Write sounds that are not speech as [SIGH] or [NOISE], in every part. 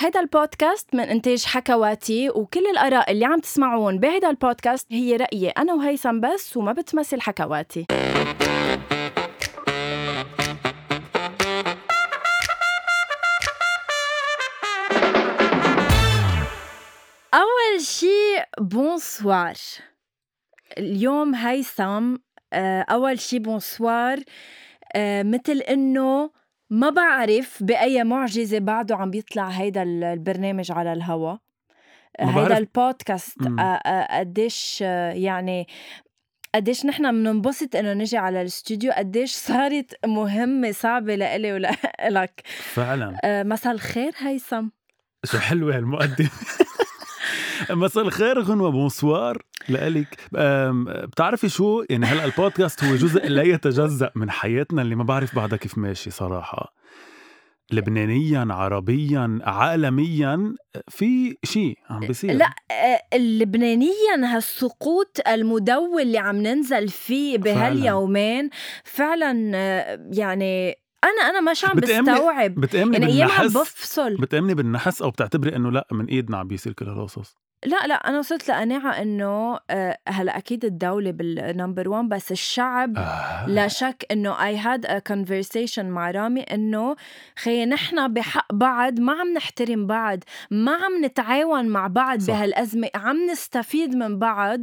هيدا البودكاست من إنتاج حكواتي وكل الآراء اللي عم تسمعون بهيدا البودكاست هي رأيي أنا وهيثم بس وما بتمثل حكواتي أول شي بونسوار اليوم هيثم آه، أول شي بونسوار آه، مثل إنه ما بعرف بأي معجزة بعده عم بيطلع هيدا ال- البرنامج على الهوا آه، ما هيدا بعرف. البودكاست مم. آه، آه، قديش آه، يعني قديش نحن بننبسط انه نجي على الاستوديو قديش صارت مهمة صعبة لإلي ولإلك فعلا آه، مساء الخير هيثم شو حلوه هالمقدمه [LAUGHS] مساء الخير غنوة بونسوار لإلك أم، بتعرفي شو يعني هلا البودكاست هو جزء [LAUGHS] لا يتجزأ من حياتنا اللي ما بعرف بعدها كيف ماشي صراحة لبنانيا عربيا عالميا في شيء عم بيصير لا آه، اللبنانيا هالسقوط المدوي اللي عم ننزل فيه بهاليومين فعلا آه، يعني انا انا مش عم بتأمني- بستوعب بتأمني يعني ايام عم بالنحس بفصل بتأمني بالنحس او بتعتبري انه لا من ايدنا عم بيصير كل هالقصص لا لا انا وصلت لقناعه انه آه، هلا اكيد الدوله بالنمبر 1 بس الشعب آه. لا شك انه اي هاد ا conversation مع رامي انه خي نحن بحق بعض ما عم نحترم بعض ما عم نتعاون مع بعض صح. بهالازمه عم نستفيد من بعض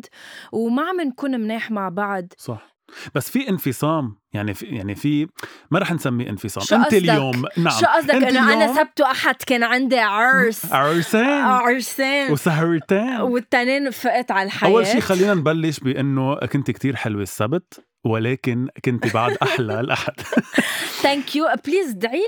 وما عم نكون مناح مع بعض صح بس في انفصام يعني في يعني في ما رح نسميه انفصام شو انت قصدك؟ اليوم نعم شو قصدك أنت انه انا اليوم سبت واحد كان عندي عرس آه. عرسان عرسين وسهرتان والتنين فقت على الحياه اول شيء خلينا نبلش بانه كنت كتير حلوه السبت ولكن [LAUGHS] كنت بعد احلى الاحد ثانك يو بليز ادعي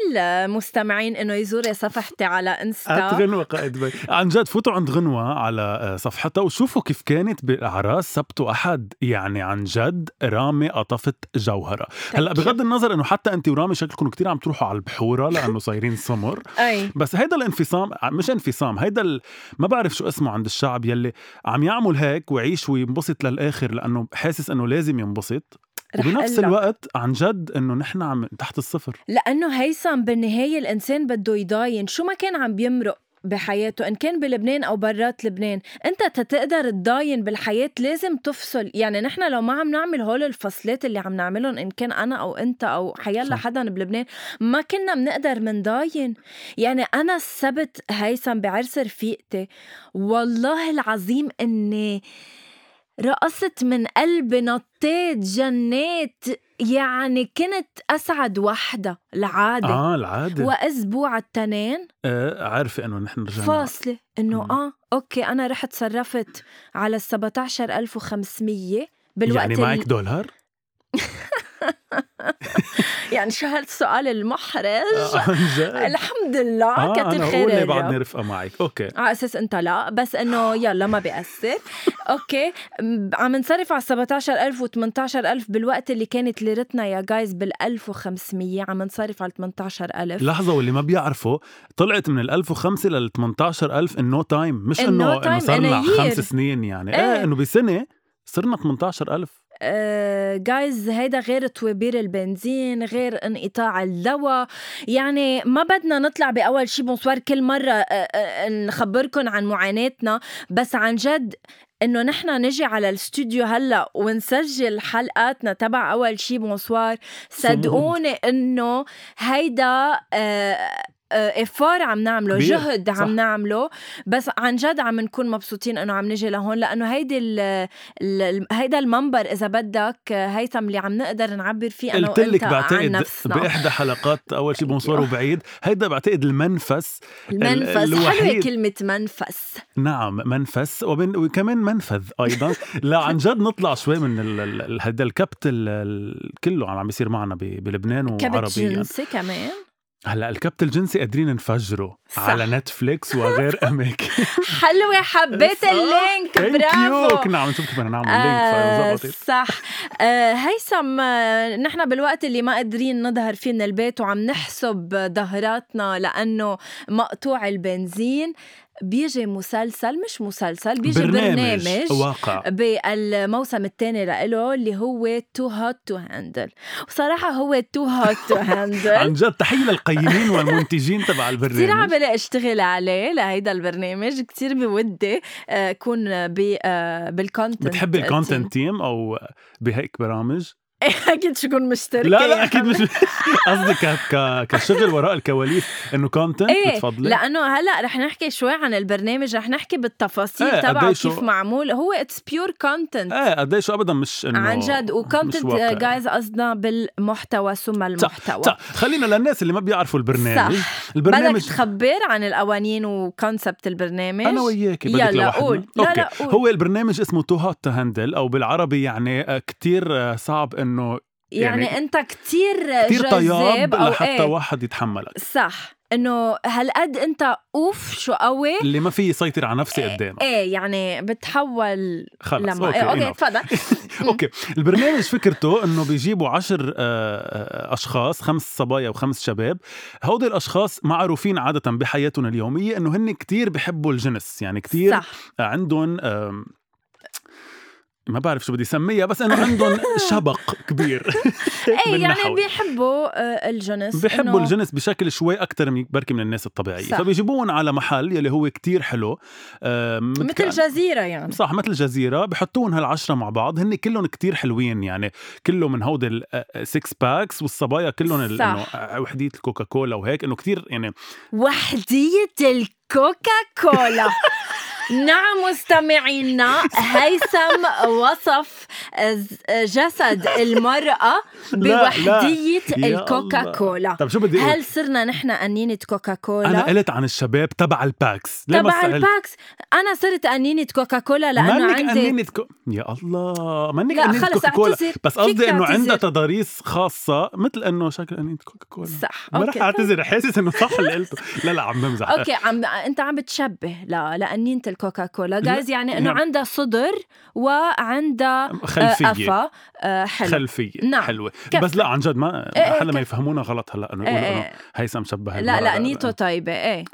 المستمعين انه يزوروا صفحتي على هات انستا غنوه قائد بي عن جد فوتوا عند غنوه على آه، صفحتها وشوفوا كيف كانت بالاعراس سبت واحد يعني عن جد رامي قطفت جوهره هلا you. بغض النظر انه حتى انت ورامي شكلكم كتير عم تروحوا على البحوره لانه صايرين سمر اي بس هيدا الانفصام مش انفصام هيدا ال... ما بعرف شو اسمه عند الشعب يلي عم يعمل هيك ويعيش وينبسط للاخر لانه حاسس انه لازم ينبسط رح وبنفس أقلك. الوقت عن جد انه نحن عم تحت الصفر لانه هيثم بالنهايه الانسان بده يضاين شو ما كان عم بيمرق بحياته ان كان بلبنان او برات لبنان انت تتقدر تضاين بالحياه لازم تفصل يعني نحن لو ما عم نعمل هول الفصلات اللي عم نعملهم ان كان انا او انت او حيلا صح. حدا بلبنان ما كنا بنقدر منضاين يعني انا السبت هيثم بعرس رفيقتي والله العظيم اني رقصت من قلبي نطيت جنيت يعني كنت اسعد وحده العاده آه. اه العاده و... واسبوع التنين آه عارفه انه نحن رجعنا فاصله انه مم. اه اوكي انا رحت صرفت على ال 17500 بالوقت يعني معك [LAUGHS] دولار ال... يعني شو هالسؤال آه، المحرج عن جد الحمد لله آه كتر انا خير اولى الرب. بعدني رفقه معك اوكي على اساس انت لا بس انه يلا ما بيأثر اوكي م- عم نصرف على 17000 و 18000 بالوقت اللي كانت ليرتنا يا جايز بال 1500 عم نصرف على 18000 لحظة واللي ما بيعرفوا طلعت من ال 1005 لل 18000 ان نو تايم مش In انه no انه time, صار in a لنا year. خمس سنين يعني ايه, إيه. ايه انه بسنة صرنا 18000 آه، جايز هيدا غير توابير البنزين غير انقطاع الدواء يعني ما بدنا نطلع باول شي بونسوار كل مره آه، آه، نخبركم عن معاناتنا بس عن جد انه نحن نجي على الاستوديو هلا ونسجل حلقاتنا تبع اول شي بونسوار صدقوني انه هيدا افار عم نعمله كبير، جهد صح. عم نعمله بس عن جد عم نكون مبسوطين انه عم نجي لهون لانه هيدي ال- ال- هيدا المنبر اذا بدك هيثم اللي عم نقدر نعبر فيه انا قلت لك وانت يعني عن بعتقد نفسنا باحدى حلقات اول شيء بونسوار وبعيد هيدا بعتقد المنفس المنفس حلوه الوحيد. كلمه منفس نعم منفس وبن وكمان منفذ ايضا لا عن جد نطلع شوي من ال- ال- ال- هيدا الكبت ال- ال- كله عم بيصير معنا ب- بلبنان كبت وعربيا جنسي كمان هلا الكبت الجنسي قادرين نفجره صح. على [LAUGHS] نتفليكس وغير اماكن حلوه حبيت إيه، صح. اللينك Thank برافو you. كنا عم نشوف كيف بدنا نعمل آه لينك إيه. فزبطت صح آه هيثم آه نحن بالوقت اللي ما قادرين نظهر فيه من البيت وعم نحسب ظهراتنا لانه مقطوع البنزين بيجي مسلسل مش مسلسل بيجي برنامج, برنامج, برنامج واقع بالموسم الثاني لإله اللي هو تو هوت تو هاندل وصراحة هو تو هوت تو هاندل [LAUGHS] عن جد تحيه للقيمين والمنتجين كثير تبع البرنامج عمالة اشتغل عليه لهيدا البرنامج كثير بودي آه، كون آه، ب- آه، بالكونتنت بتحبي [LAUGHS] الكونتنت تيم او بهيك برامج؟ اكيد شو كون مشتركة لا يا لا اكيد حبيبي. مش [LAUGHS] قصدي ك- ك- كشغل وراء الكواليس انه كونتنت ايه بتفضلي؟ لانه هلا رح نحكي شوي عن البرنامج رح نحكي بالتفاصيل إيه، ايه تبعه قديش كيف هو- معمول هو اتس بيور كونتنت ايه قديش ابدا مش انه عن جد وكونتنت واقعي. جايز قصدنا بالمحتوى ثم المحتوى طيب خلينا للناس اللي ما بيعرفوا البرنامج بدك البرنامج تخبر عن القوانين وكونسبت البرنامج انا وياك بدك يلا لوحدنا. قول. لا، أوكي. لا، قول. هو البرنامج اسمه تو هوت هاندل او بالعربي يعني كثير صعب انه يعني, يعني يعني انت كتير كثير جذاب طياب او لحتى ايه واحد يتحملك صح انه هالقد انت اوف شو قوي اللي ما في يسيطر على نفسي قدامه ايه يعني بتحول خلص لما ايه اوكي enough. تفضل اوكي البرنامج فكرته انه بيجيبوا عشر آه، آه، اشخاص خمس صبايا وخمس شباب هودي الاشخاص معروفين عاده بحياتهم اليوميه انه هن كتير بحبوا الجنس يعني كتير صح عندهم آم، ما بعرف شو بدي اسميها بس انه [LAUGHS] عندهم شبق كبير ايه [LAUGHS] من يعني نحوي. بيحبوا آه، الجنس بيحبوا إنه- الجنس بشكل شوي اكثر من بركي من الناس الطبيعيه صح. فبيجيبوهم على محل يلي هو كتير حلو آم، مثل متكأن- جزيره يعني صح مثل جزيرة بحطون هالعشرة مع بعض هن كلهم كتير حلوين يعني كله من هود السكس باكس والصبايا كلهم ال- صح. انه وحدية الكوكاكولا وهيك انه كتير يعني وحدية الكوكا [LAUGHS] كولا نعم مستمعينا هيثم وصف ز- جسد المرأة لا، لا. بوحدية يا الكوكا الله. كولا طب طيب شو بدي اقول؟ هل صرنا نحن أنينة كوكا انا كولا؟ قلت عن الشباب تبع الباكس ليه ما تبع سألت؟ الباكس أنا صرت أنينة كوكا كولا لأنه منك عندي أنينة كو... يا الله منك لا، أنينة خلص كوكاكولا أعتذر. بس فيك قصدي انه تعتذر. عندها تضاريس خاصة مثل انه شكل أنينة كوكاكولا صح طيب. ما رح اوكي اعتذر حاسس انه صح اللي قلته لا لا عم بمزح اوكي عم انت عم بتشبه لا لانينه الكوكا كولا لا، جايز يعني انه نعم. عندها صدر وعندها خلفية قفا آه، حلو خلفيه نعم. حلوه كف. بس لا عن جد ما إيه، إيه، حدا ما كف. يفهمونا غلط هلا انه يقولوا إيه، انه إيه. هيثم شبه لا المرأة. لا نيته طيبه ايه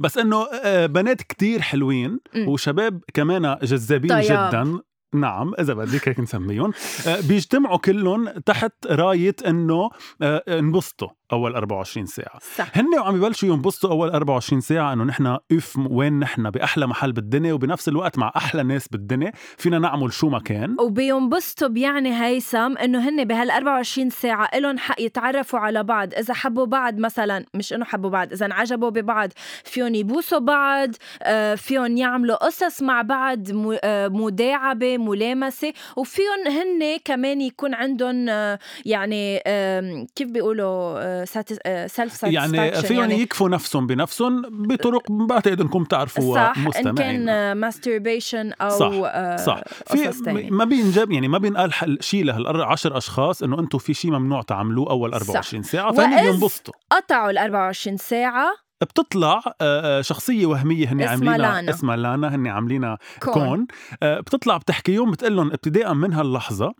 بس انه آه، بنات كتير حلوين مم. وشباب كمان جذابين طيب. جدا نعم اذا بدك هيك نسميهم آه، بيجتمعوا كلهم تحت رايه انه آه، انبسطوا اول 24 ساعه صح هن وعم يبلشوا ينبسطوا اول 24 ساعه انه نحن اف وين نحن باحلى محل بالدنيا وبنفس الوقت مع احلى ناس بالدنيا فينا نعمل شو ما كان وبينبسطوا بيعني هيثم انه هن بهال 24 ساعه لهم حق يتعرفوا على بعض اذا حبوا بعض مثلا مش انه حبوا بعض اذا انعجبوا ببعض فيهم يبوسوا بعض آه، فيهم يعملوا قصص مع بعض م- آه، مداعبه ملامسه وفيهم هن كمان يكون عندهم آه، يعني آم، كيف بيقولوا آه، سيلف ساتسفاكشن يعني فيهم يعني يكفوا نفسهم بنفسهم بطرق بعتقد انكم تعرفوها صح ان مستمعين كان ماستربيشن او صح، آه، صح قصص في تانية. ما بينجاب يعني ما بينقال حل- شيء لهال10 اشخاص انه انتم في شيء ممنوع تعملوه اول صح. 24 ساعه وإذ- فهن بينبسطوا قطعوا ال 24 ساعه بتطلع آه، آه، شخصيه وهميه هن اسمها عاملينها لانا. اسمها لانا هن عاملينها كون, كون. كون آه، بتطلع بتحكيهم بتقول لهم ابتداء من هاللحظه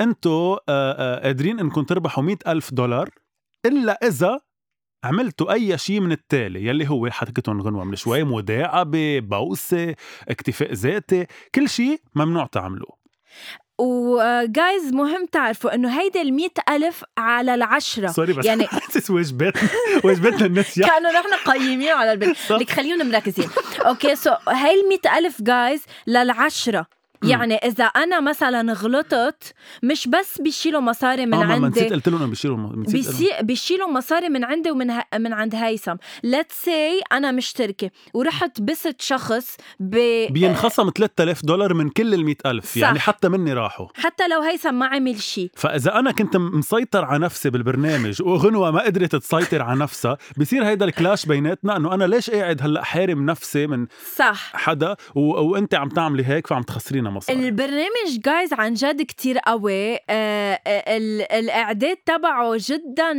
انتم آه، قادرين انكم تربحوا مئة ألف دولار الا اذا عملتوا اي شيء من التالي يلي هو حكيتهم غنوه من شوي مداعبه بوسه اكتفاء ذاتي كل شيء ممنوع تعملوه وجايز آه، مهم تعرفوا انه هيدا ال ألف على العشرة سوري بس يعني يعني- [LAUGHS] حاسس واجبات واجباتنا الناس يا كانوا نحن قيمين على البيت [LAUGHS] صح. لك خليهم مركزين اوكي سو هاي ال ألف جايز للعشرة مم. يعني اذا انا مثلا غلطت مش بس بيشيلوا مصاري من آه، ما- ما نسيت عندي قلت لهم إنه بيشيلوا م- نسيت قلت لهم. بيسي- بيشيلوا مصاري من عندي ومن ه... من عند هيثم ليتس سي انا مشتركه ورحت بست شخص ب... بينخصم 3000 دولار من كل ال 100000 يعني صح. حتى مني راحوا حتى لو هيثم ما عمل شيء فاذا انا كنت م- مسيطر على نفسي بالبرنامج وغنوه ما قدرت تسيطر على نفسها بصير هيدا الكلاش بيناتنا انه انا ليش قاعد هلا حارم نفسي من صح حدا و... وانت عم تعملي هيك فعم تخسرين معنا مصاري البرنامج جايز عن جد كتير قوي آه، آه، ال- الاعداد تبعه جدا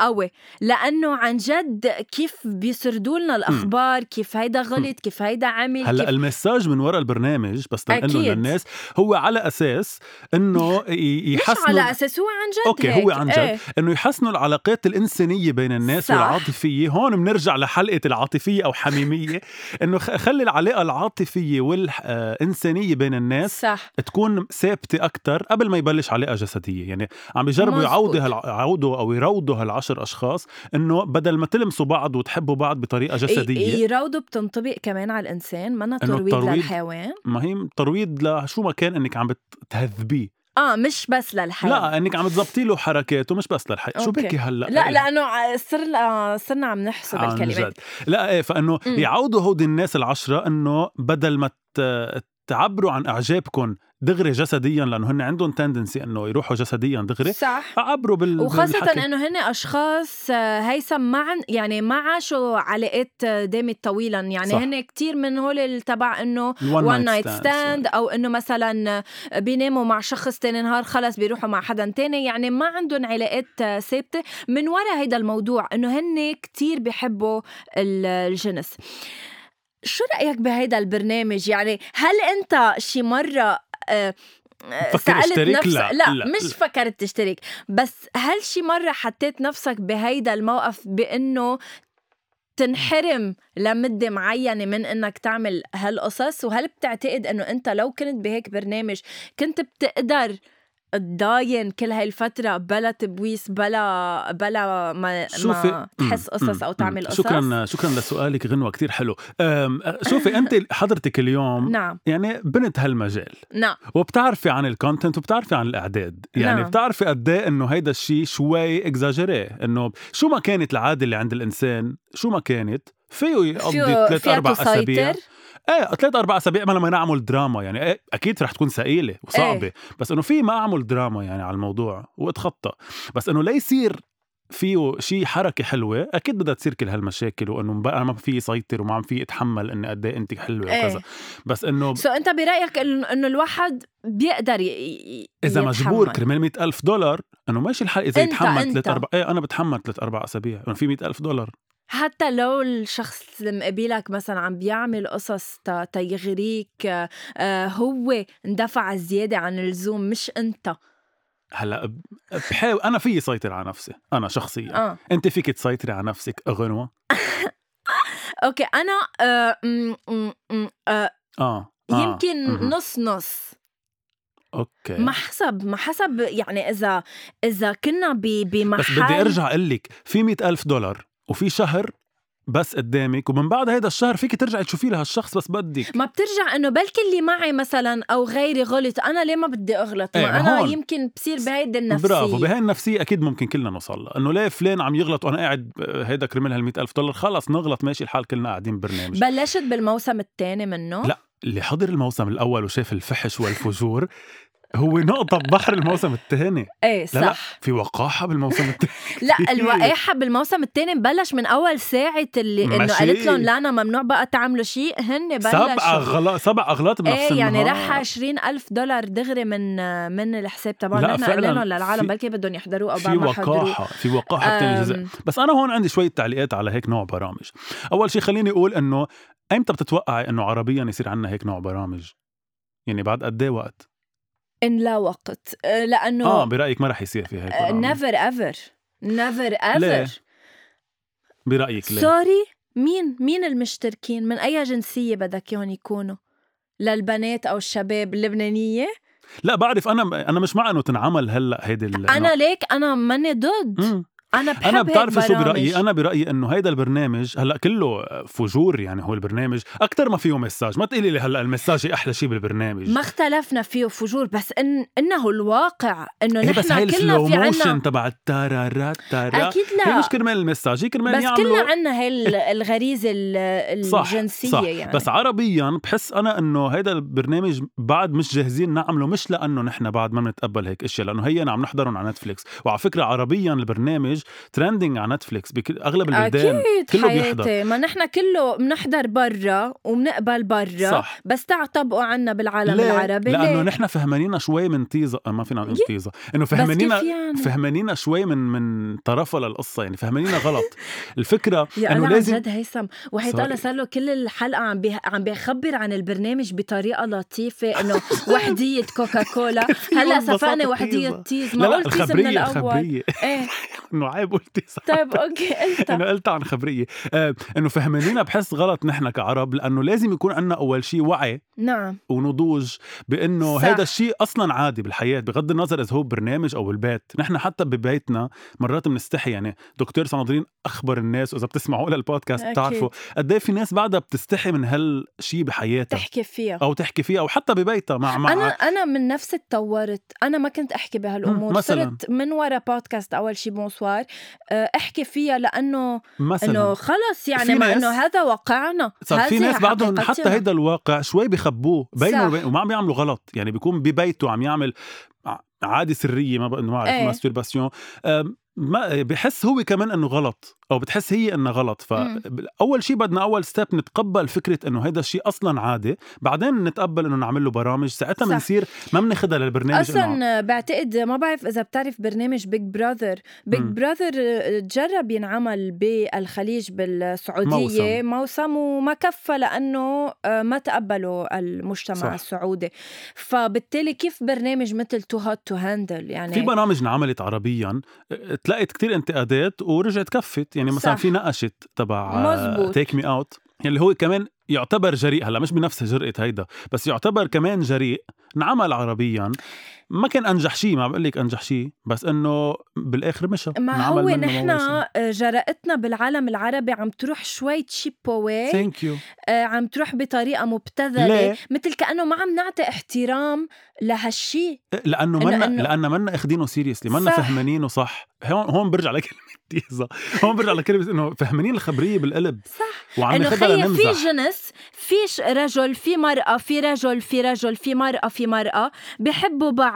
قوي لانه عن جد كيف بيسردوا لنا الاخبار كيف هيدا غلط كيف هيدا عمل هلا كيف المساج من وراء البرنامج بس تنقله أكيد. للناس هو على اساس [LAUGHS] انه ي- مش يحسنوا على اساس هو عن جد اوكي هيك. هو عن جد إيه. ايه؟ انه يحسنوا العلاقات الانسانيه بين الناس صح. صح. والعاطفيه هون بنرجع لحلقه العاطفيه او حميميه انه خ- خلي العلاقه العاطفيه والانسانيه آه، بين الناس صح تكون ثابته اكثر قبل ما يبلش علاقه جسديه يعني عم بيجربوا مزبوط. يعوضوا هالع- يعوضوا او يروضوا هالعشر اشخاص انه بدل ما تلمسوا بعض وتحبوا بعض بطريقه ي- جسديه يراودوا بتنطبق كمان على الانسان منا إنه ترويض الترويض- للحيوان ما هي ترويض لشو ما كان انك عم بتهذبيه اه مش بس للحيوان لا انك عم تزبطي له حركاته مش بس للحياه شو أوكي. بكي هلا لا إيه. لانه صرنا صرنا عم نحسب عن الكلمات جد. لا ايه فانه مم. يعودوا هودي الناس العشره انه بدل ما ت- تعبروا عن اعجابكم دغري جسديا لانه هن عندهم تندنسي انه يروحوا جسديا دغري صح عبروا بال وخاصة بالحكي. انه هن اشخاص آه، هيثم معا يعني ما عاشوا علاقات آه، دامت طويلا يعني صح. هن كتير من هول ال- تبع انه One وان night نايت stands. ستاند او انه مثلا آه، بيناموا مع شخص تاني نهار خلص بيروحوا مع حدا تاني يعني ما عندهم علاقات آه، ثابتة من وراء هيدا الموضوع انه هن كتير بيحبوا ال- الجنس شو رأيك بهيدا البرنامج يعني هل انت شي مرة آه، آه، فكر اشترك؟ لا، لا, لا، مش لا. فكرت تشترك بس هل شي مرة حطيت نفسك بهيدا الموقف بأنه تنحرم لمدة معينة من انك تعمل هالقصص وهل بتعتقد انه انت لو كنت بهيك برنامج كنت بتقدر تضاين كل هاي الفترة بلا تبويس بلا بلا ما, ما شوفي تحس مم، قصص مم، او مم. تعمل قصص شكرا شكرا لسؤالك غنوه كتير حلو أم، أه، شوفي [LAUGHS] انت حضرتك اليوم نعم يعني بنت هالمجال نعم وبتعرفي عن الكونتنت وبتعرفي عن الاعداد يعني نعم. نعم. بتعرفي قد ايه انه هيدا الشيء شوي اكزاجيري انه شو ما كانت العاده اللي عند الانسان شو ما كانت فيه يقضي فيه- ثلاث فيها اربع اسابيع تسيطر ايه ثلاث اربع اسابيع ما لما نعمل دراما يعني ايه اكيد رح تكون ثقيله وصعبه إيه. ايه. بس انه في ما اعمل دراما يعني على الموضوع واتخطى بس انه لا يصير فيه شيء حركه حلوه اكيد بدها تصير كل هالمشاكل وانه بقى ما في سيطر وما عم في اتحمل اني قد ايه انت حلوه إيه. وكذا بس انه سو انت برايك إن- انه الواحد بيقدر ي... ي... اذا يتحمل. مجبور كرمال مئة ألف دولار انه ماشي الحال اذا أنت- أنت. يتحمل ثلاث اربع ايه انا بتحمل ثلاث اربع اسابيع انه في مئة ألف دولار حتى لو الشخص اللي مقابلك مثلا عم بيعمل قصص تا- تيغريك آه، آه، هو اندفع زياده عن اللزوم مش انت هلا ب- بحاول انا فيي سيطر على نفسي انا شخصيا اه انت فيك تسيطري على نفسك غنوه اوكي انا آه، م- م- م- آه، اه, آه. يمكن مهم. إيه. نص نص اوكي ما حسب ما حسب يعني اذا اذا كنا ب- بس بمحل بدي ارجع اقول لك في مئة ألف دولار وفي شهر بس قدامك ومن بعد هيدا الشهر فيك ترجعي تشوفي لهالشخص بس بدك ما بترجع انه بلكي اللي معي مثلا او غيري غلط انا ليه ما بدي اغلط إيه، ما ما انا هون. يمكن بصير بهيدي النفسيه برافو بهاي النفسية أكيد ممكن كلنا نوصل لها إنه ليه فلان عم يغلط وأنا قاعد آه، هيدا كرمال هال ألف دولار خلص نغلط ماشي الحال كلنا قاعدين برنامج بلشت بالموسم الثاني منه لا اللي حضر الموسم الاول وشاف الفحش والفجور هو نقطة ببحر الموسم الثاني ايه لا لا صح في وقاحة بالموسم الثاني لا الوقاحه بالموسم الثاني بلش من اول ساعه اللي انه ماشي. قالت لهم لا انا ممنوع بقى تعملوا شيء هن سبع بلشوا أغلاط سبع أغلاط بنفس ايه يعني النهار راح 20 ألف دولار دغري من من الحساب تبعهم لا، نحن فعلاً قلنا لهم للعالم في- بلكي بدهم يحضروه او في بعد ما حضروه آه، وقاحة في وقاحة بتاني جزء أم، بس أنا هون عندي شوية تعليقات على هيك نوع برامج أول شيء خليني أقول إنه أمتى بتتوقعي إنه عربيا يصير عنا هيك نوع برامج يعني بعد قد ايه وقت؟ ان لا وقت آه، لانه اه برايك ما رح يصير في هيك آه، برامج نيفر ايفر نيفر ليه؟ ايفر برايك ليه؟ سوري مين مين المشتركين من اي جنسيه بدك اياهم يكونوا للبنات او الشباب اللبنانيه لا بعرف انا انا مش مع انه تنعمل هلا هيدي ال- انا ليك انا ماني ضد مم. انا بحب انا هيك بتعرفي شو برامج. برايي انا برايي انه هيدا البرنامج هلا كله فجور يعني هو البرنامج اكثر ما فيه مساج ما تقولي لي هلا المساج هي احلى شيء بالبرنامج ما اختلفنا فيه فجور بس إن انه الواقع انه إيه نحن بس هاي كلنا السلو في عنا موشن تبع التارارا تارا اكيد هي لا مش كرمال المساج هي كرمال بس يعملوا كلنا عنا هاي ال- الغريزه ال- الجنسيه صح. يعني بس عربيا بحس انا انه هيدا البرنامج بعد مش جاهزين نعمله نعم مش لانه نحن بعد ما بنتقبل هيك اشياء لانه هي عم نحضرهم على نتفليكس وعلى فكره عربيا البرنامج ترندنج على نتفليكس بكل اغلب البلدان اكيد كله بيحضر حياتي ما نحن كله بنحضر برا وبنقبل برا صح بس تعا طبقوا عنا بالعالم ليه؟ العربي لانه ليه؟ نحن فهمانينا شوي من تيزا آه، ما فينا نقول يي. تيزا انه بس كيف فهمانينا يعني؟ فهمانينا شوي من من طرفها للقصه يعني فهمانينا [LAUGHS] غلط الفكره يا انه الله عن لازم جد هيثم وحيد سوري. الله صار له كل الحلقه عم بي... عم بيخبر عن البرنامج بطريقه لطيفه [LAUGHS] انه وحديه كوكاكولا هلا ببساطة سفقنا تيزا. وحديه تيز لا ما لا قلت تيز من الخبريه الاول [LAUGHS] الخبريه ايه انه عيب قلت تيزا طيب اوكي [LAUGHS] قلتها انه قلت عن خبريه آه، انه فهمانينا بحس غلط نحن كعرب لانه لازم يكون عندنا اول شيء وعي نعم ونضوج بانه صح. هذا الشيء اصلا عادي بالحياه بغض النظر اذا هو برنامج او البيت نحن حتى ببيتنا مرات بنستحي يعني دكتور صنادرين اخبر الناس واذا بتسمعوا للبودكاست أكيد. بتعرفوا قد ايه في ناس بعدها بتستحي من هالشيء بحياتها تحكي فيها او تحكي فيها او حتى ببيتها مع مع انا انا من نفسي تطورت انا ما كنت احكي مم، بهالامور مثلاً. صرت من ورا بودكاست اول شي بونسوار آه، احكي فيها لانه انه مثلا خلص يعني في مع ناس- انه هذا واقعنا صار في هذه ناس بعضهم حقيقتنا. حتى هيدا الواقع شوي بخبوه بينه صح. وبين وما عم يعملوا غلط يعني بيكون ببيته عم يعمل ع- عادة سرية ما ب- ما بعرف إيه. ماسترباسيون أم، ما بحس هو كمان انه غلط او بتحس هي انها غلط مم. فاول شيء بدنا اول ستيب نتقبل فكره انه هيدا الشيء اصلا عادي بعدين نتقبل انه نعمل له برامج ساعتها صح. بنصير ما بناخذها للبرنامج إنه اصلا بعتقد ما بعرف اذا بتعرف برنامج بيج براذر بيج مم. براذر تجرب آه، ينعمل بالخليج بالسعوديه موسم, موسم وما كفى لانه آه، ما تقبلوا المجتمع صح. صح. السعودي فبالتالي كيف برنامج مثل تو هوت تو هاندل يعني في برامج انعملت عربيا أه، تلاقيت كتير انتقادات ورجعت كفت يعني مثلا صح. في نقشت تبع آه، مزبوط. تيك مي اوت اللي هو كمان يعتبر جريء هلا مش بنفس جرأة هيدا بس يعتبر كمان جريء انعمل عربيا ما كان انجح شيء ما بقول لك انجح شيء بس انه بالاخر مشى ما هو نحن آه، جرأتنا بالعالم العربي عم تروح شوي تشيبو واي ثانك يو آه، عم تروح بطريقه مبتذله ليه؟ مثل كانه ما عم نعطي احترام لهالشي لانه إنه- منا إنه- لانه منا اخدينه سيريسلي منا صح. فهمانينه صح هون هون برجع لكلمه [LAUGHS] تيزا هون برجع لكلمه انه فهمانين الخبريه بالقلب صح وعم انه ناخدها خيي لنمزح في جنس في ش- رجل في مرأة في رجل في رجل في مرأة في مرأة بحبوا بعض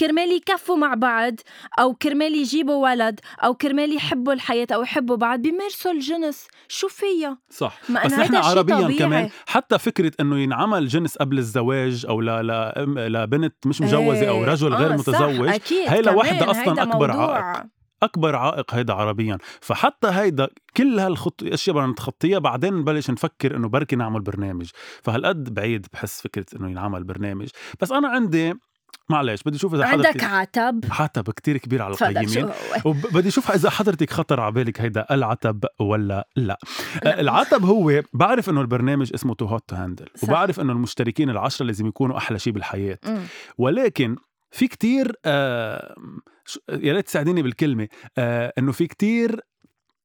كرمال يكفوا مع بعض او كرمال يجيبوا ولد او كرمال يحبوا الحياة او يحبوا بعض بيمارسوا الجنس شو فيها صح ما بس أنا نحن هيدا شي عربيا طبيعي. كمان حتى فكره انه ينعمل جنس قبل الزواج او ل... ل... أم- لبنت مش مجوزه او إيه. رجل غير آه، متزوج صح أكيد هي لوحدها كمان أصلاً هيدا أكبر موضوع. اكبر عائق هيدا عربيا فحتى هيدا كل هالخط اشياء بدنا نتخطيها بعدين نبلش نفكر انه بركي نعمل برنامج فهالقد بعيد بحس فكره انه ينعمل برنامج بس انا عندي معلش بدي اشوف اذا عندك حضرتك عتب عتب كتير كبير على تفضل شو القيمين هو؟ وبدي اشوف اذا حضرتك خطر على بالك هيدا العتب ولا لا لا. العتب هو بعرف انه البرنامج اسمه تو هوت تو هاندل صح. وبعرف انه المشتركين العشرة لازم يكونوا احلى شيء بالحياة أمم. ولكن في كتير آه شو- يا ريت تساعديني بالكلمة آه انه في كتير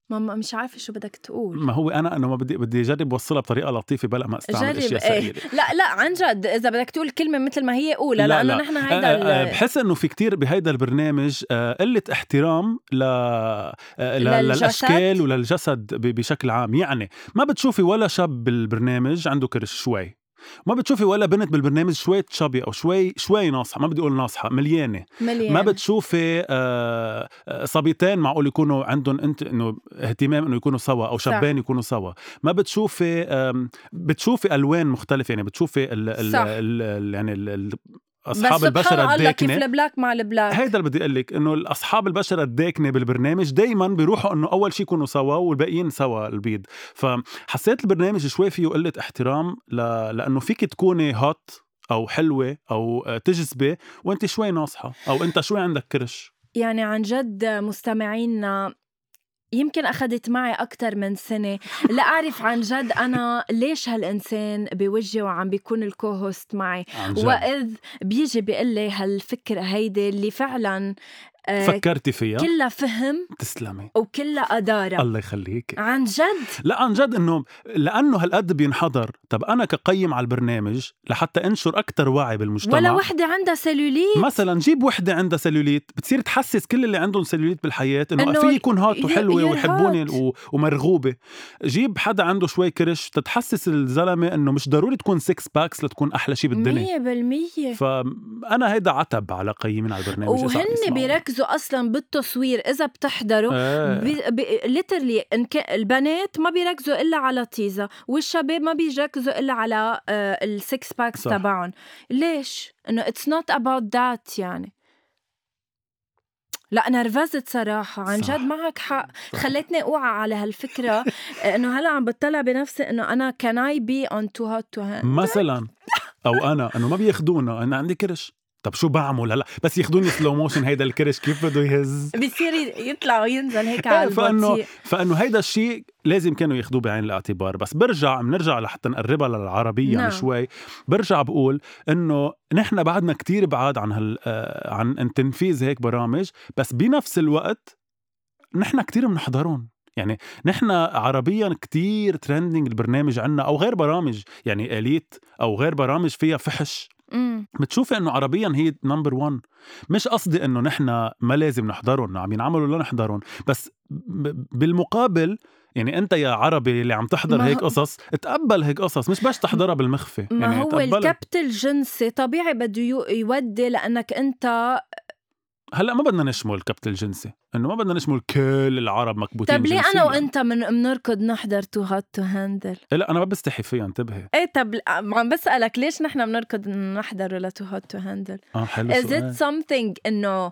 ماما مش عارفه شو بدك تقول ما هو انا انه ما بدي بدي اجرب اوصلها بطريقة لطيفة بلا ما استعمل جرب، اشياء إيه. ثقيله لا لا عن جد اذا بدك تقول كلمه مثل ما هي قولها لا، لانه لا. نحن آه، آه، هيدا ال- [LAUGHS] بحس انه في كتير بهيدا البرنامج آه، قله احترام ل... آه، ل... للجسد. للاشكال وللجسد ب... بشكل عام يعني ما بتشوفي ولا شاب بالبرنامج عنده كرش شوي ما بتشوفي ولا بنت بالبرنامج شوي تشابي او شوي شوي ناصحه ما بدي اقول ناصحه مليانه مليان ما بتشوفي آه، آه، صبيتين معقول يكونوا عندهم انت انه اهتمام انه يكونوا سوا او صح. شابين يكونوا سوا ما بتشوفي آم، بتشوفي الوان مختلفه يعني بتشوفي ال ال صح. ال ال يعني ال ال بس اصحاب سبحان البشره الله كيف الداكنه البلاك مع البلاك إيه هيدا اللي بدي اقول لك انه اصحاب البشره الداكنه إيه بالبرنامج دائما بيروحوا انه اول شيء يكونوا سوا والباقيين سوا البيض فحسيت البرنامج شوي فيه قله احترام ل... لانه فيك تكوني هوت او حلوه او آه، تجذبي وانت شوي ناصحه او انت شوي عندك كرش يعني عن جد مستمعينا يمكن أخذت معي أكثر من سنة لا أعرف عن جد أنا ليش هالإنسان بوجهي وعم بيكون الكوهوست معي عن جد. وإذ بيجي بيقول لي هالفكرة هيدي اللي فعلا آه، فكرتي فيها كلها فهم تسلمي وكلها أدارة الله يخليك عن جد لا عن جد انه لانه هالقد بينحضر طب انا كقيم على البرنامج لحتى انشر اكثر وعي بالمجتمع ولا وحدة عندها سيلوليت مثلا جيب وحده عندها سلوليت بتصير تحسس كل اللي عندهم سلوليت بالحياه انه إنه في يكون هات ي- وحلوه you're ويحبوني hot. و- ومرغوبه جيب حدا عنده شوي كرش تتحسس الزلمه انه مش ضروري تكون سكس باكس لتكون احلى شيء بالدنيا مية بالمية فانا هيدا عتب على قيمين على البرنامج إذا عم وهن يسمعوني. بيركزوا اصلا بالتصوير اذا بتحضروا آه. بي... بي... ليترلي إن ك... البنات ما بيركزوا الا على تيزا والشباب ما بيركزوا الا على آه السكس باكس صح. تبعهم ليش انه اتس نوت اباوت ذات يعني لا نرفزت صراحة عن صح. جد معك حق خلتني اوعى على [LAUGHS] هالفكرة انه هلا عم بتطلع بنفسي انه انا كان اي بي اون تو هوت تو هاند مثلا او انا انه ما بياخدونا انا عندي كرش طب شو بعمل هلا بس ياخدوني سلو موشن هيدا الكرش كيف بده يهز بصير يطلع وينزل [LAUGHS] هيك إيه، على فانه البطيء فانه هيدا الشيء لازم كانوا ياخدوه بعين الاعتبار بس برجع بنرجع لحتى نقربها للعربيه نعم. نعم. شوي برجع بقول انه نحن بعدنا كتير بعاد عن هال آه، عن عن تنفيذ هيك برامج بس بنفس الوقت نحن كتير بنحضرهم يعني نحن عربيا كتير ترندنج البرنامج عنا او غير برامج يعني اليت او غير برامج فيها فحش أمم. بتشوفي انه عربيا هي نمبر 1 مش قصدي انه نحن ما لازم نحضرهم نعم، عم ينعملوا لا نحضرهم بس ب- بالمقابل يعني انت يا عربي اللي عم تحضر ما هيك هو- قصص تقبل هيك قصص مش بس تحضرها بالمخفي ما يعني يعني هو تقبلها. الكبت الجنسي طبيعي بده يو- يودي لانك انت هلا ما بدنا نشمل الكبت الجنسي انه ما بدنا نشمل كل العرب مكبوتين طب طيب ليه جنسياً. انا وانت من بنركض نحضر تو هات تو هاندل لا انا ما بستحي فيها انتبهي ايه طب ل- عم بسالك ليش نحن بنركض نحضر لتو هات تو هاندل اه حلو از سؤال ات something انه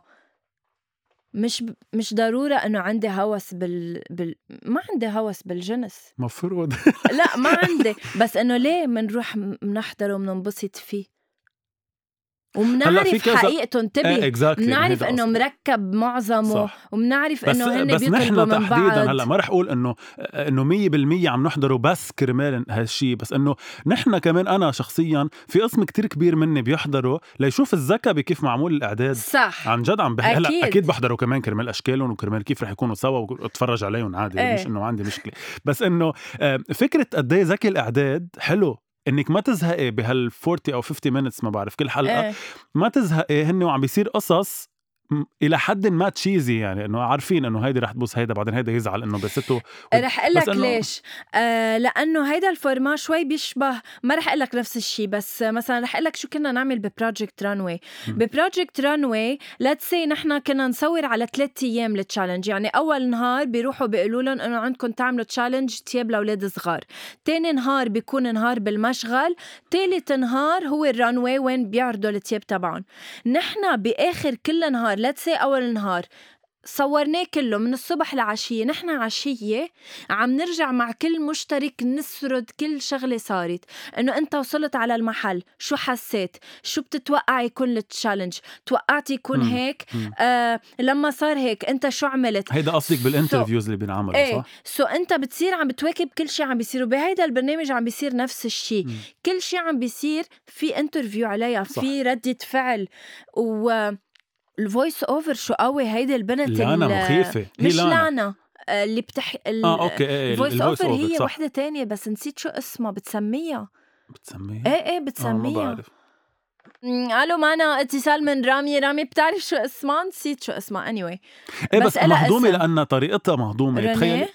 مش مش ضروره انه عندي هوس بال, بال... ما عندي هوس بالجنس مفروض لا ما [LAUGHS] عندي بس انه ليه منروح منحضر ومننبسط فيه في ومنعرف كذا- إيه، حقيقته انتبه [LAUGHS] اكزاكتلي منعرف انه مركب معظمه صح. ومنعرف بس انه هن بس بيطلبوا نحن من تحديدا بعض هلا ما رح اقول انه انه 100% عم نحضره بس كرمال هالشي بس انه نحن كمان انا شخصيا في قسم كتير كبير مني بيحضره ليشوف الذكبي كيف معمول الاعداد صح عن جد عم بحكي هلا أكيد. اكيد بحضره كمان كرمال اشكالهم وكرمال كيف رح يكونوا سوا واتفرج عليهم عادي إيه. مش انه عندي مشكله بس انه آه، فكره قد ايه ذكي الاعداد حلو انك ما تزهقي بهال 40 او 50 مينتس ما بعرف كل حلقه إيه. ما تزهقي هن وعم بيصير قصص م- الى حد ما تشيزي يعني انه عارفين انه هيدي رح تبوس هيدا بعدين هيدا يزعل انه [LAUGHS] بسته رح اقول لك إنه- ليش آه لانه هيدا الفورما شوي بيشبه ما رح اقول لك نفس الشيء بس مثلا رح اقول لك شو كنا نعمل ببروجكت رانوي مم. ببروجكت رانوي ليتس سي نحن كنا نصور على ثلاث ايام التشالنج يعني اول نهار بيروحوا بيقولوا لهم انه عندكم تعملوا تشالنج تياب لاولاد صغار تاني نهار بيكون نهار بالمشغل تالت نهار هو الرانوي وين بيعرضوا التياب تبعهم نحن باخر كل نهار ليتس سي اول نهار صورناه كله من الصبح لعشية نحن عشية عم نرجع مع كل مشترك نسرد كل شغلة صارت انه انت وصلت على المحل شو حسيت شو بتتوقع يكون التشالنج توقعت يكون مم. هيك مم. آه لما صار هيك انت شو عملت هيدا قصدك بالانترفيوز اللي بينعملوا ايه صح؟ سو انت بتصير عم بتواكب كل شيء عم بيصير وبهيدا البرنامج عم بيصير نفس الشيء مم. كل شيء عم بيصير في انترفيو عليها صح. في ردة فعل و الفويس اوفر شو قوي هيدي البنت لانا ال- مخيفة هي مش لانا لعنة آه، اللي بتح ال- اه اوكي ايه الفويس اوفر هي صح وحدة تانية بس نسيت شو اسمها بتسميها بتسميه؟ ايه ايه آه، ما بتسميها بعرف مم، الو معنا اتصال من رامي رامي بتعرف شو اسمها نسيت شو اسمها اني anyway. ايه بس بس, إلها مهضومة اسم. لأنها طريقتها مهضومة تخيل رنيه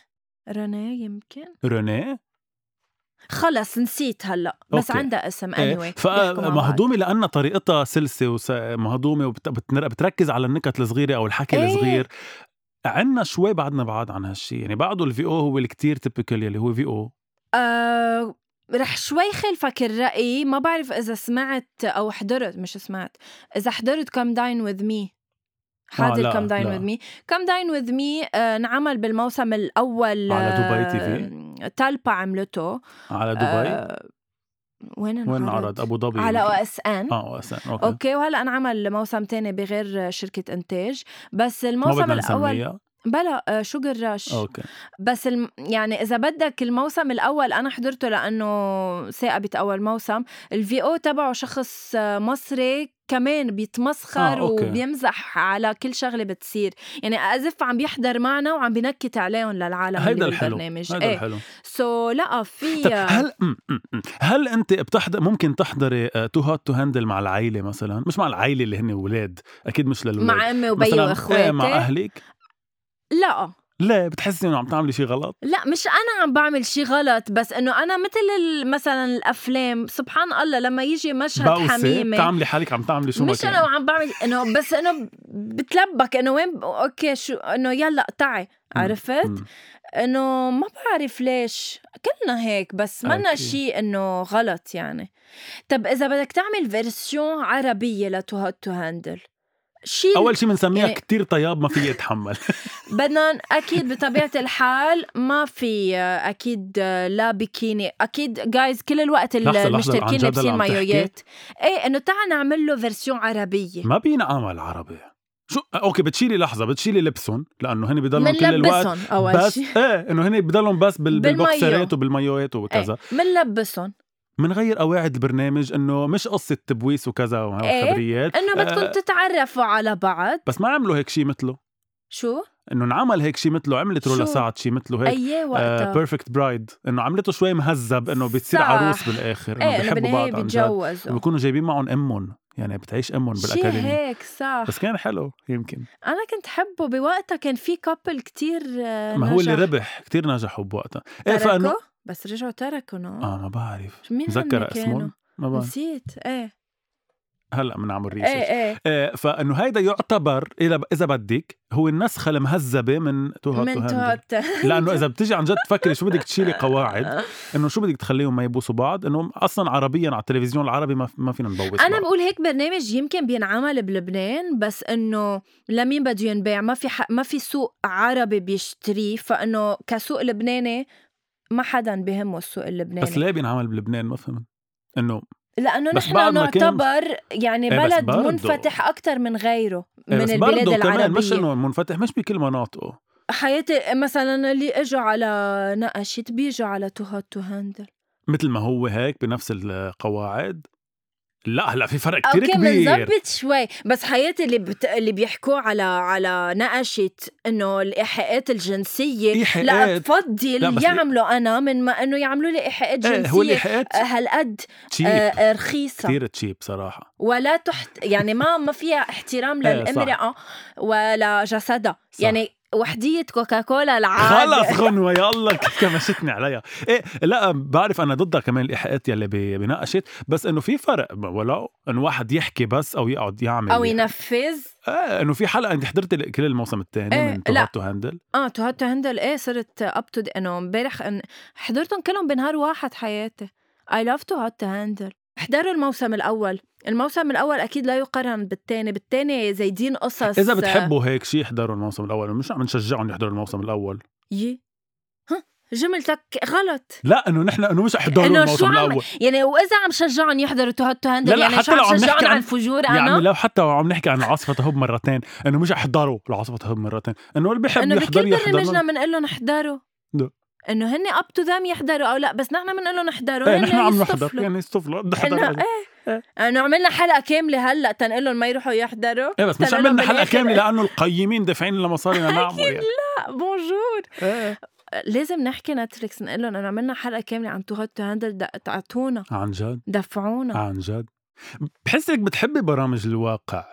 رنيه يمكن رنيه خلص نسيت هلا بس أوكي. عندها اسم إيه، anyway بيحكوا مع بعض. فمهضومة لأنها طريقتها سلسة ومهضومة وبتركز على النكت الصغيرة أو الحكي إيه. الصغير عنا شوي بعدنا بعاد عن هالشي يعني بعده الفي او هو الكتير تيبيكال يلي هو في او آه رح شوي خلفك الرأي ما بعرف إذا سمعت أو حضرت مش سمعت إذا حضرت كم داين وذ مي حاضر آه، لا، كم داين لا. وذ مي كم داين وذ مي آه، انعمل بالموسم الأول على دبي تي في تالبا عملته على دبي آه وين انعرض؟ وين انعرض ابو ظبي على او يمكن. اس ان اه أسن. اوكي, أوكي. اوكي وهلا انعمل موسم تاني بغير شركة انتاج بس ما الموسم بدنا الأول نسميها بلا آه، شوجر راش اوكي بس الم... يعني اذا بدك الموسم الاول انا حضرته لانه ثاقبت اول موسم الفي او تبعه شخص آه، مصري كمان بيتمسخر آه، آه، أوكي. وبيمزح على كل شغله بتصير يعني ازف عم بيحضر معنا وعم بنكت عليهم للعالم هيدا اللي الحلو بالبرنامج هيدا ايه الحلو سو لا طب في هل أم، أم، أم. هل انت بتحضر ممكن تحضري آه، تو هات تو هاندل مع العائله مثلا مش مع العائله اللي هن اولاد اكيد مش للولاد مع امي وبي مثلا إيه، واخواتي مع اهلك لا لا بتحسي انه عم تعملي شيء غلط لا مش انا عم بعمل شيء غلط بس انه انا مثل ال- مثلا الافلام سبحان الله لما يجي مشهد بوسه حميمه بتعملي حالك عم تعملي شو ما مش كان انا وعم بعمل انه بس انه بتلبك انه وين ب- اوكي شو انه يلا تعي عرفت؟ مم. انه ما بعرف ليش كلنا هيك بس منا أكيد. شيء انه غلط يعني طب اذا بدك تعمل فيرسيون عربيه لتو هاو تو هاندل شيل اول شيء بنسميها يعني- كتير طياب ما [LAUGHS] فيي اتحمل بدنا اكيد بطبيعه الحال ما في آه، اكيد آه، لا بكيني اكيد جايز كل الوقت ال- لحظة، لحظة، عن المشتركين جد هلأ لابسين عم تحكي؟ مايويات ايه انه تعال نعمل له فيرسيون عربيه ما بينا عمل عربي شو اوكي بتشيلي لحظه بتشيلي لبسهم لانه هن بضلهم كل الوقت منلبسهم اول [LAUGHS] بس شيء ايه انه هن بضلهم بس بال... بالمايو. بالبوكسرات وبالمايوهات وكذا إيه. منلبسهم بنغير قواعد البرنامج انه مش قصه تبويس وكذا إيه. وخبريات انه بدكم آه. تتعرفوا على بعض بس ما عملوا هيك شيء مثله شو؟ انه انعمل هيك شيء مثله عملت رولا شو؟ سعد شيء مثله هيك ايه وقتها بيرفكت برايد انه عملته شوي مهذب انه بتصير صح. عروس بالاخر انه ايه انه بيحبوا بالنهايه بعض عن جد بيتجوزوا وبيكونوا جايبين معهم امهم يعني بتعيش امهم شي بالاكاديمي هيك صح بس كان حلو يمكن انا كنت حبه بوقتها كان في كابل كتير آه، ما هو اللي نجح. ربح كتير نجحوا بوقتها ايه فانه تركوا بس رجعوا تركوا نو اه ما بعرف مين متذكر هن كانوا؟ اسمهم ما بعرف نسيت ايه هلا بنعمل ريسيرش ايه ايه ايه فانه هيدا يعتبر اذا اذا بدك هو النسخه المهذبه من تو هوت من توت لانه اذا بتجي عن جد تفكري شو بدك تشيلي [LAUGHS] قواعد انه شو بدك تخليهم ما يبوسوا بعض انه اصلا عربيا على التلفزيون العربي ما, ما فينا نبوس انا بعض. بقول هيك برنامج يمكن بينعمل بلبنان بس انه لمين بده ينباع ما في حق ما في سوق عربي بيشتريه فانه كسوق لبناني ما حدا بهمه السوق اللبناني بس ليه بينعمل بلبنان آه، ما فهمت انه لانه بس نحن بعد ما كان- نعتبر يعني إيه بس بلد برضو- منفتح اكثر من غيره إيه من بس البلاد برضه كمان العربيه مش انه منفتح مش بكل مناطقه حياتي مثلا اللي اجوا على نقشت بيجوا على تو هوت تو هاندل مثل ما هو هيك بنفس القواعد لا هلا في فرق كتير اوكي كبير بنظبط شوي بس حياتي اللي بت... اللي بيحكوا على على نقشت انه الايحاءات الجنسيه لا إيحاءات. لا، بفضل بس- يعملوا انا من ما انه يعملوا لي ايحاءات ايه هو جنسيه اللي آه، هالقد آه، تشيب آه، رخيصه كثير تشيب صراحه ولا تحت يعني ما ما فيها احترام إيه، صح. للامرأة ولا جسدها صح. يعني وحدية كوكاكولا العادة خلص غنوة يا الله كمشتني عليها إيه لا بعرف أنا ضدها كمان الإيحاءات يلي بي- بناقشت بس إنه في فرق ولو إنه واحد يحكي بس أو يقعد يعمل أو ينفذ آه إنه في حلقة أنت حضرت ال- كل الموسم الثاني إيه، من لا. تو هاندل اه تو هات هندل ايه صرت اب تو انه امبارح إن حضرتهم كلهم بنهار واحد حياتي اي لاف تو هات هندل احضروا الموسم الاول الموسم الاول اكيد لا يقارن بالثاني بالثاني زايدين قصص إذا بتحبوا هيك شيء احضروا الموسم الأول مش عم نشجعهم يحضروا الموسم الأول يي ها جملتك غلط لا إنه نحن إنه مش احضروا إنه شو الموسم عم- الأول يعني واذا عم شجعهم يحضروا تو هات هندل لا، لا، يعني حتى شو عم لو عم نحكي شجعهم عن- يعني عن الفجور يا انا عمي لو حتى عم نحكي عن العاصفة هب مرتين إنه مش احضروا العاصفة هب مرتين إنه اللي بيحب انه يحضر بكل برنامجنا يحضر بنقول لهم احضروا لا. انه هن اب تو ذم يحضروا او لا بس نحن بنقول لهم احضروا إيه هن نحن عم نحضر إيه. يستفلوا. يعني استفلوا إنه نحضر انه عملنا حلقه كامله هلا تنقول لهم ما يروحوا يحضروا ايه بس مش تنقلهم عملنا حلقه بالآخر. كامله لانه القيمين دافعين لنا مصاري [LAUGHS] لنعمل يعني لا بونجور إيه. لازم نحكي نتفليكس نقول لهم انه عملنا حلقه كامله عن تو هوت تو هاندل دق- تعطونا عن جد دفعونا عن جد بحس انك بتحبي برامج الواقع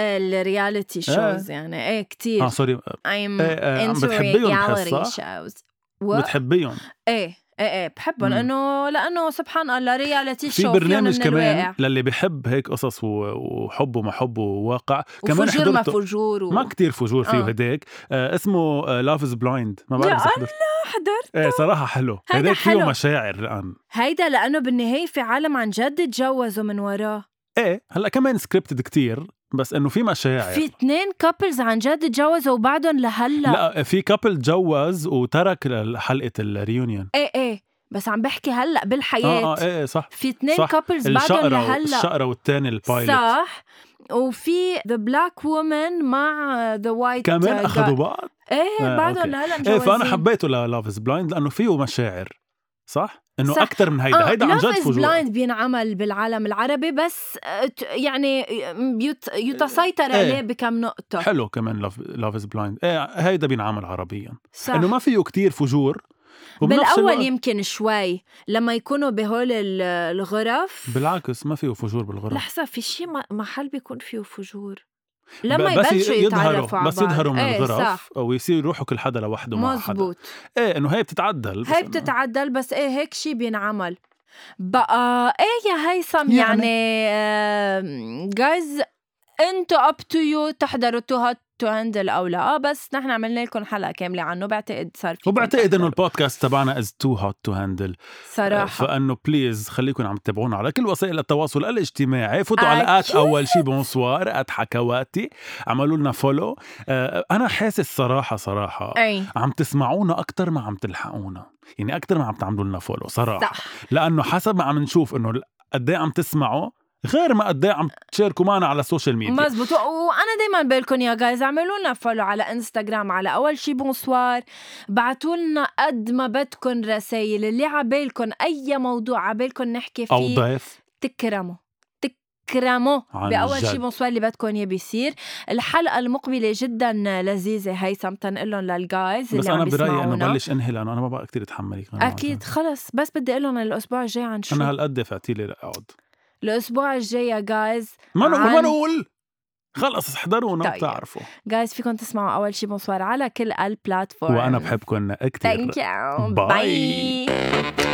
الرياليتي شوز إيه، يعني ايه كثير اه سوري I'm إيه، إيه، عم into بتحبيهم بحس، reality صح؟ shows What? بتحبيهم ايه ايه ايه بحبهم مم. لانه لانه سبحان الله رياليتي شو في فيهم برنامج من كمان الواقع. للي بيحب هيك قصص و- وحب وما حب وواقع كمان وفجور ما حضرته فجور و... ما كتير فجور فيه آه. هديك آه اسمه لاف از بلايند ما بعرف يا اذا حضرت حضرت ايه صراحه حلو هيدا هديك فيه حلو. مشاعر الان هيدا لانه بالنهايه في عالم عن جد تجوزوا من وراه ايه هلا كمان سكريبتد كتير بس انه في مشاعر في اثنين كابلز عن جد تجوزوا وبعدهم لهلا لا في كابل تجوز وترك حلقه الريونيون ايه ايه بس عم بحكي هلا بالحياه اه اه ايه صح في اثنين صح. كابلز بعدهم الشقرة و- لهلا الشقرة والتاني البايلوت صح وفي ذا بلاك وومن مع ذا وايت كمان اخذوا بعض ايه آه، بعدهم أوكي. لهلا ايه مجوزين فانا حبيته للاف از بلايند لانه فيه مشاعر صح انه صح. اكثر من آه، هيدا هيدا عن جد فجور بلايند بينعمل بالعالم العربي بس آه، ت- يعني بيت- يتسيطر إيه. عليه بكم نقطه حلو كمان لاف از بلايند ايه هيدا بينعمل عربيا صح انه ما فيه كتير فجور وبنفس بالاول الوقت يمكن شوي لما يكونوا بهول ال- الغرف بالعكس ما فيه فجور بالغرب لحظة في شي م- محل بيكون فيه فجور لما ب- بس يبلشوا يتعرفوا على بس بعض. يظهروا من إيه، الغرف صح. او يصير يروحوا كل حدا لوحده مع حدا مزبوط ايه انه هي بتتعدل بس هي إنه- بتتعدل بس ايه هيك شي بينعمل بقى ايه يا هيثم يعني جايز انتوا اب تو يو تحضروا تو هات تو هاندل او لا آه، بس نحن عملنا لكم حلقه كامله عنه بعتقد صار فيكم وبعتقد انه تحضروا. البودكاست تبعنا از تو هوت تو هاندل صراحه فانه بليز خليكم عم تتابعونا على كل وسائل التواصل الاجتماعي فوتوا على ات أكيد. اول شي بونسوار ات حكواتي عملوا لنا فولو انا حاسس صراحه صراحه اي عم تسمعونا اكثر ما عم تلحقونا يعني اكثر ما عم تعملوا لنا فولو صراحه صح لانه حسب ما عم نشوف انه قد ايه عم تسمعوا غير ما قد ايه عم تشاركوا معنا على السوشيال ميديا مزبوط و- وانا دايما بقولكم يا جايز اعملوا لنا فولو على انستغرام على اول شي بونسوار بعتوا لنا قد ما بدكم رسائل اللي عبالكم اي موضوع عبالكم نحكي او فيه ضيف تكرموا تكرموا عن باول جد. شيء بونسوار اللي بدكم اياه بيصير الحلقه المقبله جدا لذيذه هيثم تنقلهم للجايز بس اللي انا عم برايي انه بيسمعونا. بلش انهي لانه انا ما بقى كثير اتحمل هيك معلومات. اكيد خلص بس بدي اقول لهم الاسبوع الجاي عن شو انا هالقد دفعتي لي اقعد الاسبوع الجاي يا جايز ما نقول ما عن- نقول خلص احضرونا طيب. بتعرفوا جايز فيكم تسمعوا اول شيء بونسوار على كل البلاتفورم وانا بحبكم كثير Thank you. Bye. Bye.